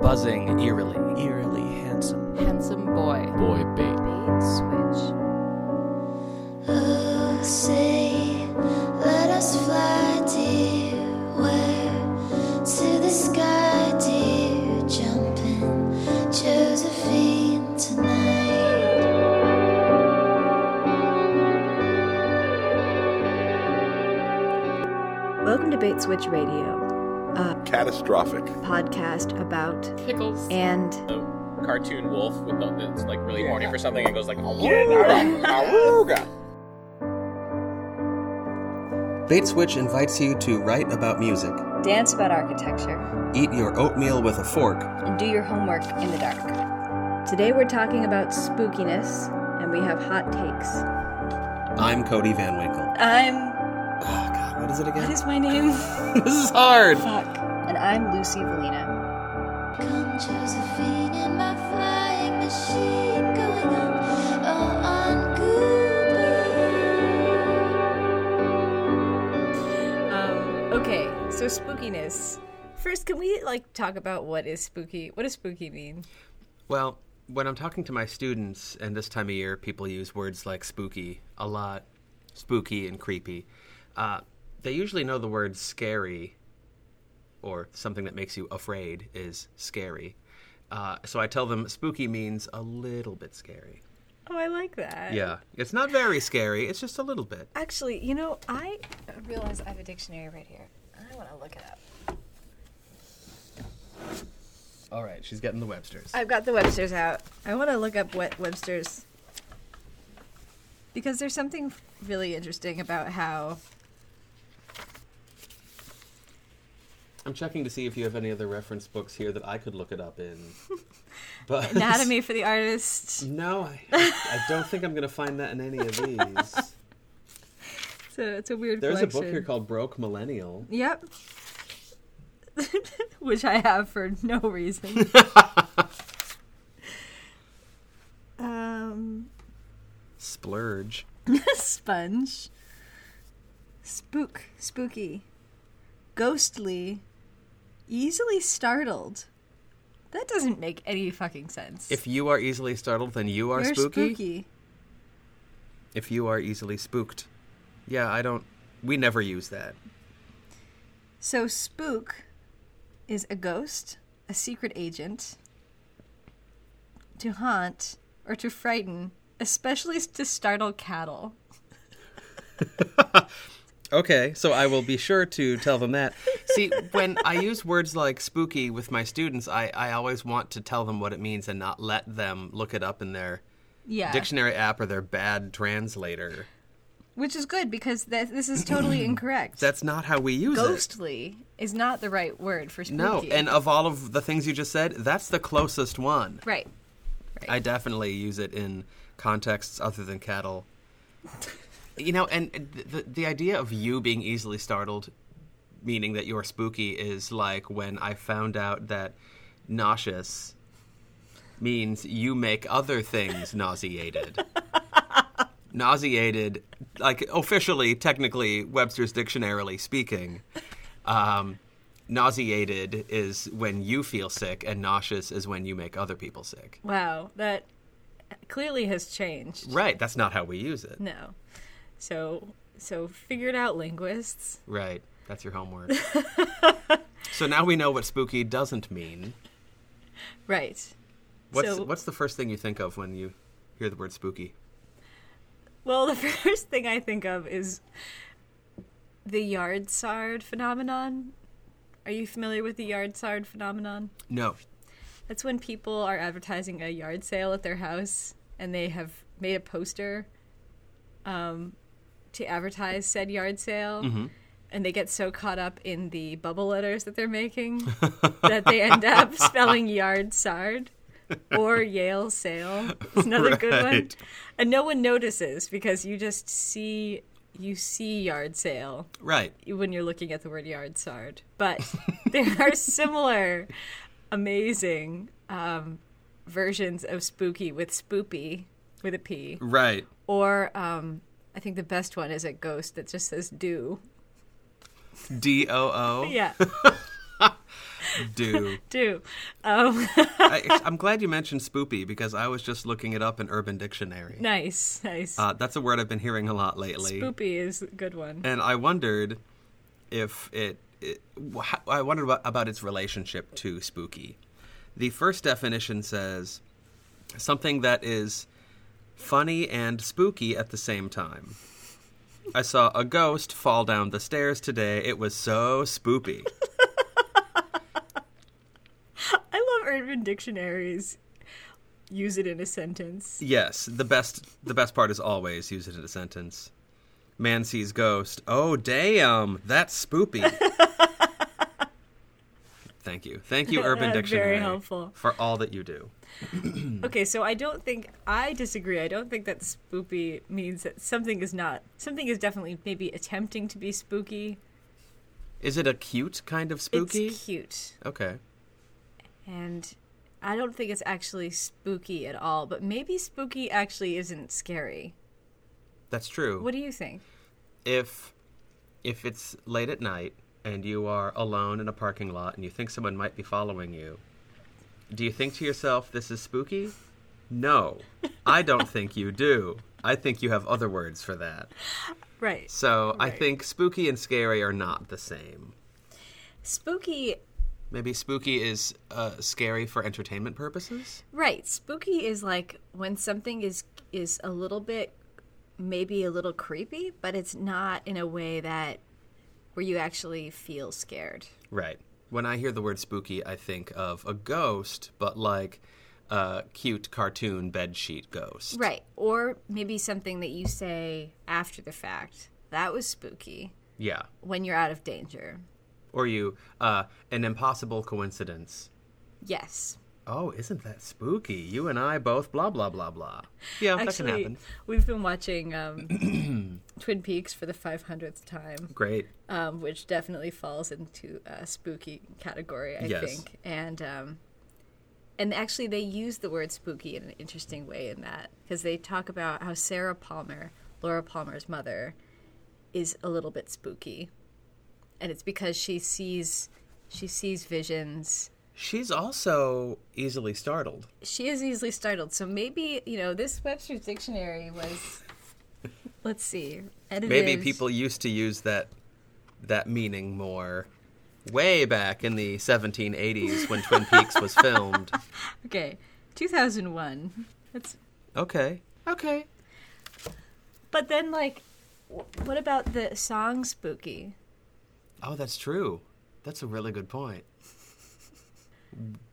buzzing eerily. Eerily handsome. Handsome boy. Boy bait. Bait switch. Oh, say, let us fly, dear. Where? To the sky, dear. Jumping Josephine tonight. Welcome to Bait Switch Radio, a Catastrophic. podcast about Pickles. and The cartoon wolf with the that's like really horny for something and goes like, Bait Switch invites you to write about music, Dance about architecture eat your oatmeal with a fork, and do your homework in the dark. today we're talking about spookiness and we have hot takes. I'm Cody Van Winkle. I'm. Oh god, what is it What again? is my name? this is hard! Fuck. And I'm Lucy Valina. Come, Josephine, in my flying machine, going on, oh, Um, on Cooper. okay, so spookiness. First, can we like talk about what is spooky? What does spooky mean? Well, when I'm talking to my students, and this time of year, people use words like spooky a lot, spooky and creepy. Uh, they usually know the word scary or something that makes you afraid is scary. Uh, so I tell them spooky means a little bit scary. Oh, I like that. Yeah. It's not very scary, it's just a little bit. Actually, you know, I I realize I have a dictionary right here. I want to look it up. All right, she's getting the Webster's. I've got the Webster's out. I want to look up what Webster's because there's something really interesting about how I'm checking to see if you have any other reference books here that I could look it up in. But anatomy for the artist. No, I, I don't think I'm going to find that in any of these. So it's a weird. There's a collection. book here called Broke Millennial. Yep. Which I have for no reason. um, Splurge. sponge. Spook, spooky. Ghostly. Easily startled. That doesn't make any fucking sense. If you are easily startled, then you are You're spooky. If you are easily spooked. Yeah, I don't. We never use that. So, spook is a ghost, a secret agent, to haunt or to frighten, especially s- to startle cattle. Okay, so I will be sure to tell them that. See, when I use words like spooky with my students, I, I always want to tell them what it means and not let them look it up in their Yeah. dictionary app or their bad translator. Which is good because th- this is totally incorrect. That's not how we use it. Ghostly is not the right word for spooky. No, and of all of the things you just said, that's the closest one. right. I definitely use it in contexts other than cattle. you know, and th- the the idea of you being easily startled, meaning that you're spooky, is like when I found out that nauseous means you make other things nauseated. nauseated, like officially, technically, Webster's dictionarily speaking. Um, nauseated is when you feel sick, and nauseous is when you make other people sick. Wow, that clearly has changed. Right, that's not how we use it. No. So so figure it out linguists. Right, that's your homework. so now we know what spooky doesn't mean. Right. What's So- what's the first thing you think of when you hear the word spooky? Well, the first thing I think of is the yard sard phenomenon. Are you familiar with the yard sard phenomenon? No. That's when people are advertising a yard sale at their house and they have made a poster um, to advertise said yard sale. And they get so caught up in the bubble letters that they're making that they end up spelling yard sard or Yale sale. It's another good one. Right. And no one notices because you just see you see yard sale Right. when you're looking at the word yard sard, but there are similar amazing um, versions of spooky with spoopy with a p Right. or um, i think the best one is a ghost that just says do D O O. yeah do. do. Um, I, I'm glad you mentioned spoopy because I was just looking it up in Urban Dictionary. nice, nice. Uh, that's a word I've been hearing a lot lately. Spoopy is a good one. and I wondered if it, it wh- how- I wondered about, about its relationship to spooky. The first definition says something that is funny and spooky at the same time. I saw a ghost fall down the stairs today. It was so spoopy. I love Urban Dictionaries. Use it in a sentence. yes, the best the best part is always use it in a sentence. Man sees ghost. Oh damn, that's spoopy. Thank you. Thank you Urban Very Dictionary helpful. for all that you do. Okay, so I don't think I disagree. I don't think that spoopy means that something is not something is definitely maybe attempting to be spooky. Is it a cute kind of spooky? It's cute. Okay. And I don't think it's actually spooky at all, but maybe spooky actually isn't scary. That's true. What do you think? if if it's late at night and you are alone in a parking lot and you think someone might be following you, do you think to yourself this is spooky? No. I don't think you do. I think you have other words for that. Right. So, I think spooky and scary are not the same. Spooky Maybe spooky is uh, scary for entertainment purposes? Right. Spooky is like when something is is a little bit maybe a little creepy, but it's not in a way that where you actually feel scared. Right. When I hear the word spooky, I think of a ghost, but like a cute cartoon bedsheet ghost. Right. Or maybe something that you say after the fact. That was spooky Yeah. when you're out of danger. Or you, uh, an impossible coincidence. Yes. Oh, isn't that spooky? You and I both, blah, blah, blah, blah. Yeah, that can Actually, happen. we've been watching um, Twin Peaks for the 500th time. Great. um, which definitely falls into a spooky category, I Yes. think. And um, and actually, they use the word spooky in an interesting way in that because they talk about how Sarah Palmer, Laura Palmer's mother, is a little bit spooky, and it's because she sees she sees visions. She's also easily startled. She is easily startled, so maybe you know this Webster's dictionary was. Let's see. Edited. Maybe people used to use that that meaning more way back in the 1780s when Twin Peaks was filmed. Okay, two thousand one. That's Okay. Okay. But then, like, wh- what about the song "Spooky"? Oh, that's true. That's a really good point.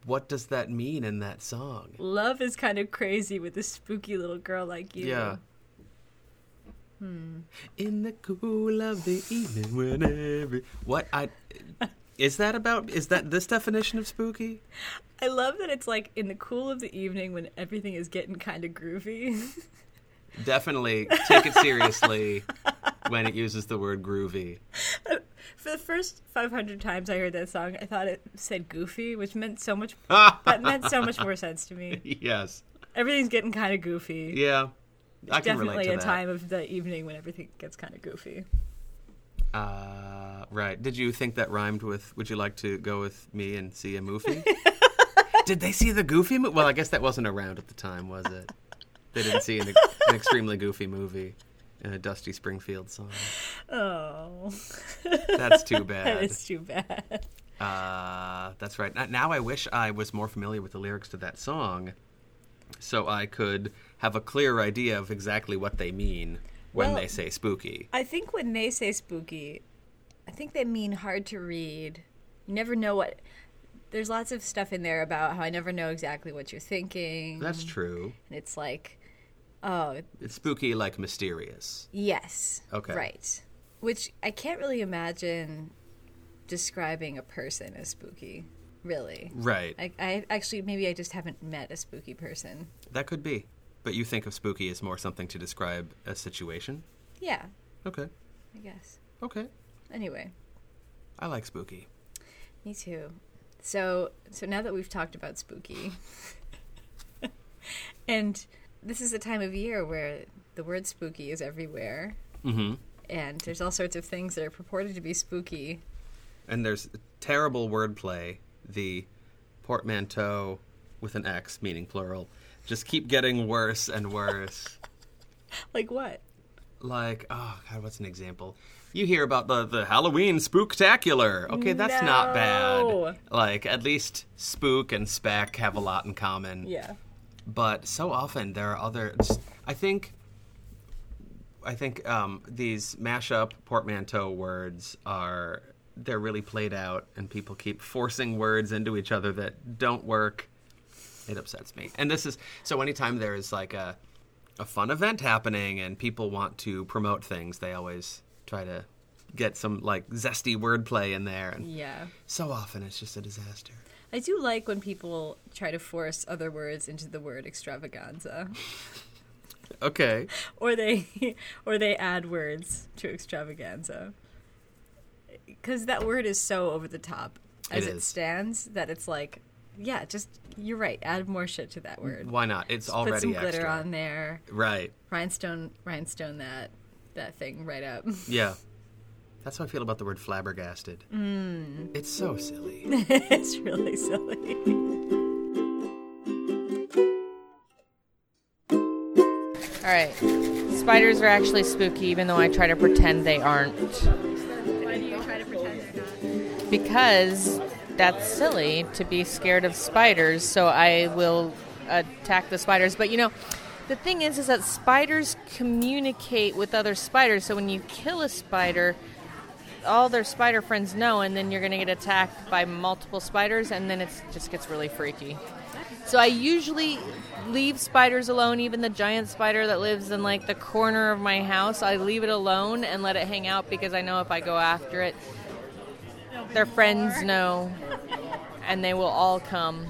What does that mean in that song? Love is kind of crazy with a spooky little girl like you. Yeah. Hmm. In the cool of the evening, when every what I is that about? Is that this definition of spooky? I love that it's like in the cool of the evening when everything is getting kind of groovy. Definitely take it seriously when it uses the word groovy. For the first 500 times I heard that song, I thought it said goofy, which meant so much that but meant so much more sense to me. yes, Everything's getting kind of goofy. yeah, I can relate Definitely to a that. time of the evening when everything gets kind of goofy. Uh, right. Did you think that rhymed with "Would you like to go with me and see a movie"? Did they see the Goofy movie? Well, I guess that wasn't around at the time, was it? They didn't see an, an extremely goofy movie and a Dusty Springfield song. Oh, That's too bad. that is too bad. Uh, that's right. Now- Now I wish I was more familiar with the lyrics to that song, so I could have a clearer idea of exactly what they mean when Well- they say spooky. I think when they say spooky, I think they mean hard to read. You never know what. There's lots of stuff in there about how I never know exactly what you're thinking. That's true. and it's like, oh, It's spooky like mysterious. yes. Okay. Right. Which I can't really imagine describing a person as spooky, really. Right. I, I actually, maybe I just haven't met a spooky person. That could be. But you think of spooky as more something to describe a situation? Yeah, Okay. I guess. Okay. Anyway. I like spooky. Me too. So so now that we've talked about spooky and this is a time of year where the word spooky is everywhere. Mm-hmm. And there's all sorts of things that are purported to be spooky and there's terrible wordplay. The portmanteau with an X, meaning plural, just keep getting worse and worse. Like what? like, oh god, what's an example? You hear about the the Halloween spooktacular. Okay, that's not No. bad. Like at least spook and spec have a lot in common Yeah. but so often there are other. I think, I think um, these mashup portmanteau words are they're really played out, and people keep forcing words into each other that don't work. It upsets me, and this is so. Anytime there is like a a fun event happening, and people want to promote things, they always try to get some like zesty wordplay in there, and Yeah. so often it's just a disaster. I do like when people try to force other words into the word extravaganza. Okay. or they or they add words to extravaganza because that word is so over the top as It it, is. stands that it's like yeah just you're right add more shit to that word Why not? It's already put some glitter extra. on there Right. rhinestone rhinestone that that thing right up Yeah. That's how I feel about the word flabbergasted. Mm. It's so silly. it's really silly All right. Spiders are actually spooky, even though I try to pretend they aren't. why do you try to pretend they're not Because that's silly to be scared of spiders, so I will attack the spiders. But you know, the thing is, is that spiders communicate with other spiders, so when you kill a spider, all their spider friends know, and then you're going to get attacked by multiple spiders, and then it just gets really freaky. So I usually leave spiders alone, even the giant spider that lives in like the corner of my house. I leave it alone and let it hang out because I know if I go after it, their friends know, and they will all come.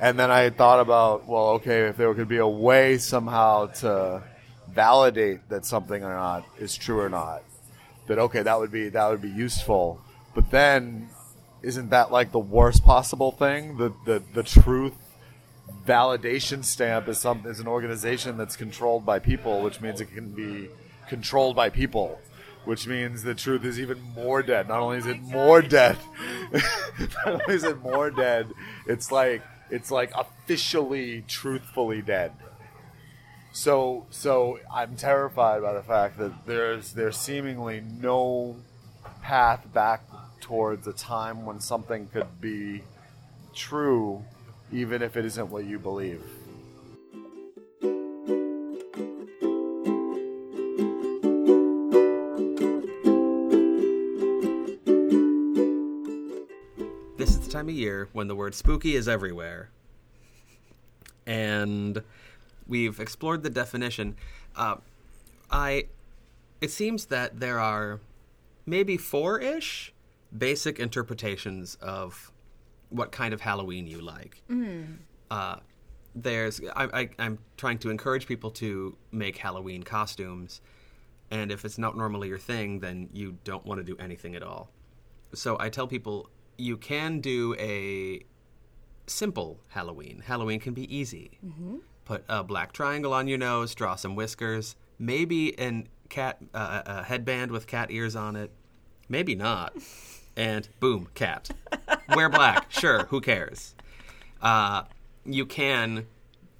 And then I thought about, well, okay, if there could be a way somehow to validate that something or not is true or not, that okay, that would be that would be useful. But then, isn't that like the worst possible thing? The the, the truth validation stamp is some is an organization that's controlled by people, which means it can be controlled by people. Which means the truth is even more dead. Not only is it more dead, not only is it more dead, it's like it's like officially, truthfully dead. So so I'm terrified by the fact that there's there's seemingly no path back towards a time when something could be true, even if it isn't what you believe. this is the time of year when the word spooky is everywhere. And we've explored the definition. Uh, I it seems that there are maybe four-ish basic interpretations of what kind of Halloween you like. Uh, there's I, I, I'm trying to encourage people to make Halloween costumes, and if it's not normally your thing, then you don't want to do anything at all. So I tell people you can do a simple Halloween. Halloween can be easy. Put a black triangle on your nose, draw some whiskers, maybe an cat uh, a headband with cat ears on it, maybe not, and boom, cat. Wear black, sure. Who cares? Uh, you can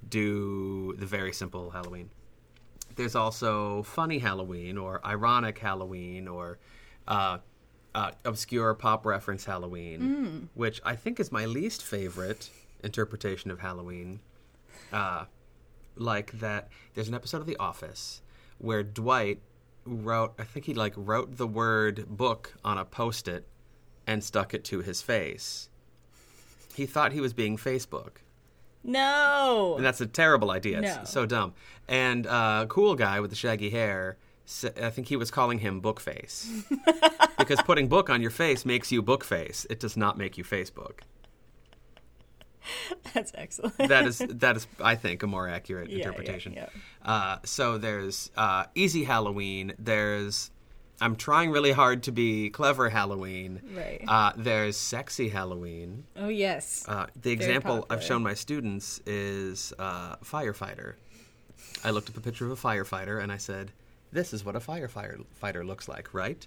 do the very simple Halloween there's also funny Halloween or ironic Halloween or uh, uh, obscure pop reference Halloween, which I think is my least favorite interpretation of Halloween. Uh, like that, there's an episode of The Office where Dwight wrote, I think he like wrote the word book on a post it and stuck it to his face. He thought he was being Facebook. no And that's a terrible idea. It's No. so dumb. And uh, cool guy with the shaggy hair, s- I think he was calling him Bookface. because putting book on your face makes you Bookface. It does not make you Facebook. that's excellent That is, that is I think, a more accurate yeah, interpretation. yeah. Uh, so there's uh, Easy Halloween. There's I'm trying really hard to be clever Halloween. Right. Uh, there's Sexy Halloween. oh yes Uh, the example popular. I've shown my students is uh, firefighter. I looked up a picture of a firefighter and I said, "This is what a firefighter fighter looks like, right?"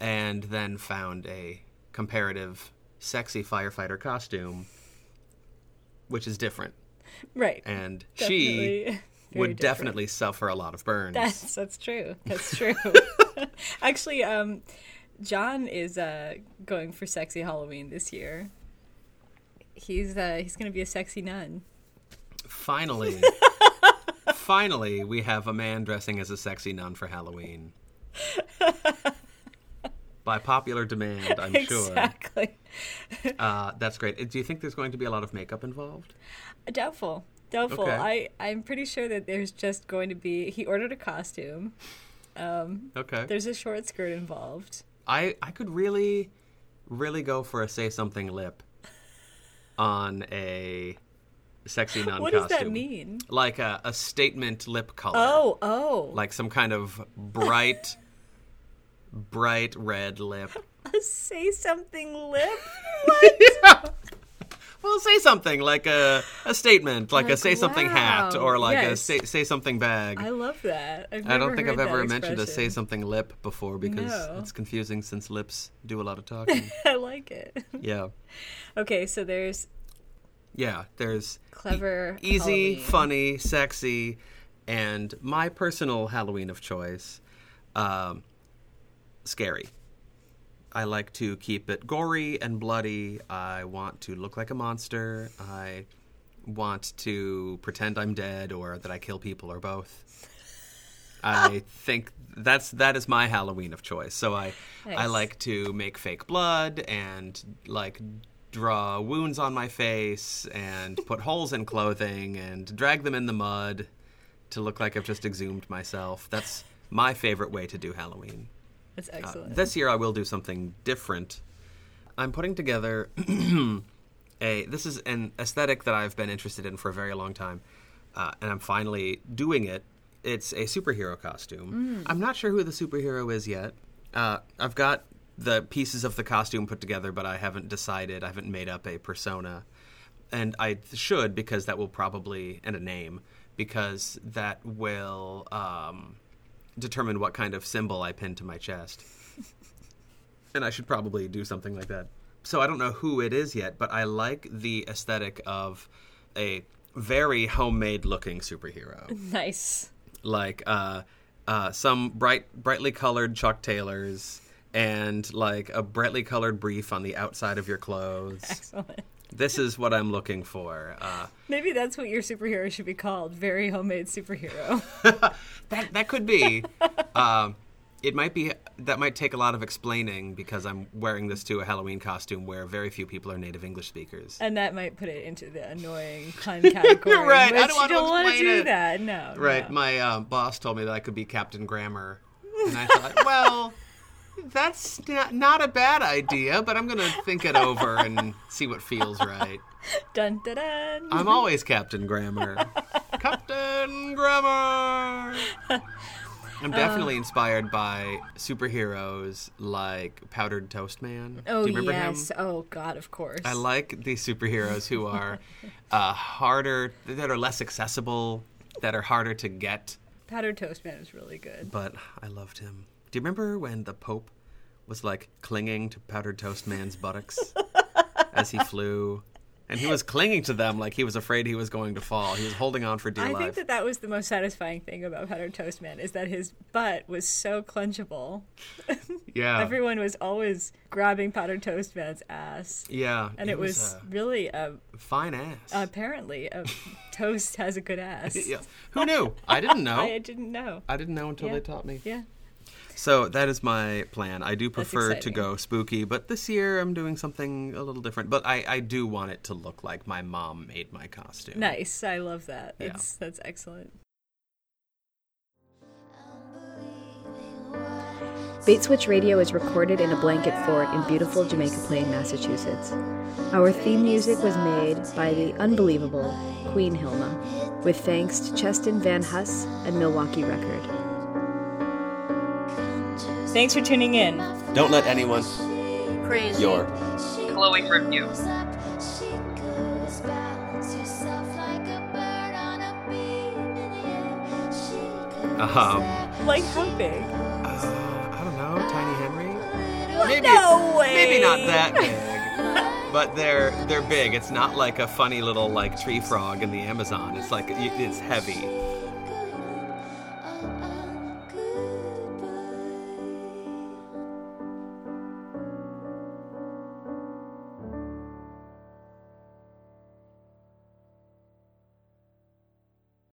and then found a comparative sexy firefighter costume, which is different. Right. And Definitely she very would different. definitely suffer a lot of burns. That's that's true. That's true. Actually, um, John is uh, going for sexy Halloween this year. He's uh, he's gonna be a sexy nun. Finally, finally, we have a man dressing as a sexy nun for Halloween. By popular demand, I'm sure. Exactly. Uh, that's great. Do you think there's going to be a lot of makeup involved? Uh, Doubtful. Doubtful. Okay. I I'm pretty sure that there's just going to be. He ordered a costume. Okay. There's a short skirt involved. I I could really, really go for a say something lip on a sexy nun What costume. does that mean? Like a, a statement lip color. Oh oh, Like some kind of bright, bright red lip. say something lip. Well, say something like a, a statement, like, a Like, say something hat, wow. or like Yes. a say, say something bag. I love that. I've I never don't think I've heard that ever mentioned a say expression. something lip before because No. it's confusing since lips do a lot of talking. I like it. yeah. Okay, so there's Yeah, there's e-, Clever easy, Halloween. funny, sexy, and my personal Halloween of choice, um, scary. I like to keep it gory and bloody. I want to look like a monster. I want to pretend I'm dead or that I kill people or both. I think that's that is my Halloween of choice. So I I Nice. like to make fake blood and like draw wounds on my face and put holes in clothing and drag them in the mud to look like I've just exhumed myself. That's my favorite way to do Halloween. that's Uh, excellent. this year I will do something different. I'm putting together a this is an aesthetic that I've been interested in for a very long time, uh, and I'm finally doing it. It's a superhero costume. I'm not sure who the superhero is yet. Uh, I've got the pieces of the costume put together, but I haven't decided. I haven't made up a persona, and I should because that will probably and a name because that will um, determine what kind of symbol I pin to my chest. and I should probably do something like that. So I don't know who it is yet, but I like the aesthetic of a very homemade looking superhero. Mm-hmm. nice. like uh, uh, some bright brightly colored chalk tailors and like a brightly colored brief on the outside of your clothes. Excellent. this is what I'm looking for. Uh, Maybe that's what your superhero should be called. Very homemade superhero. That that could be. um, it might be that might take a lot of explaining because I'm wearing this to a Halloween costume where very few people are native English speakers. and that might put it into the annoying pun category. You're right. I which don't want you to don't wanna explain do it. that. No. Right. no. My uh, boss told me that I could be Captain Grammar, and I thought, well, that's not, not a bad idea, but I'm gonna think it over and see what feels right. Dun dun dun. I'm always Captain Grammar. Captain Grammar. Uh. I'm definitely inspired by superheroes like Powdered Toast Man. oh Do you remember yes. him? Oh god. Of course. I like these superheroes who are uh, harder, that are less accessible, that are harder to get. Powdered toast man is really good. But I loved him. Do you remember when the Pope was like clinging to Powdered Toast Man's buttocks as he flew? And he was clinging to them like he was afraid he was going to fall. He was holding on for dear I life. think that that was the most satisfying thing about powdered toast man is that his butt was so clenchable. Yeah. Everyone was always grabbing powdered toast man's ass. yeah. And it was uh, uh, really a, a fine ass. apparently a toast has a good ass. yeah. Oh. Who knew? I didn't know. I I, didn't know. didn't know until Yeah. they taught me. Yeah. So that is my plan. I do prefer to exciting. go spooky, but this year I'm doing something a little different. But I, I do want it to look like my mom made my costume. Nice. I love that. Yeah. That's that's excellent. Bait Switch Radio is recorded in a blanket fort in beautiful Jamaica Plain, Massachusetts. Our theme music was made by the unbelievable Queen Hilma, with thanks to Cheston Van Huss and Milwaukee Record. Thanks for tuning in. Don't let anyone Praise your glowing review. She goes, balance herself like a bird on a beam in the air. She goes Um, there, Like she how big? Uh, I don't know, Tiny Henry? maybe No way. maybe not that big, but they're they're big. It's not like a funny little like tree frog in the Amazon. It's like it- it's heavy.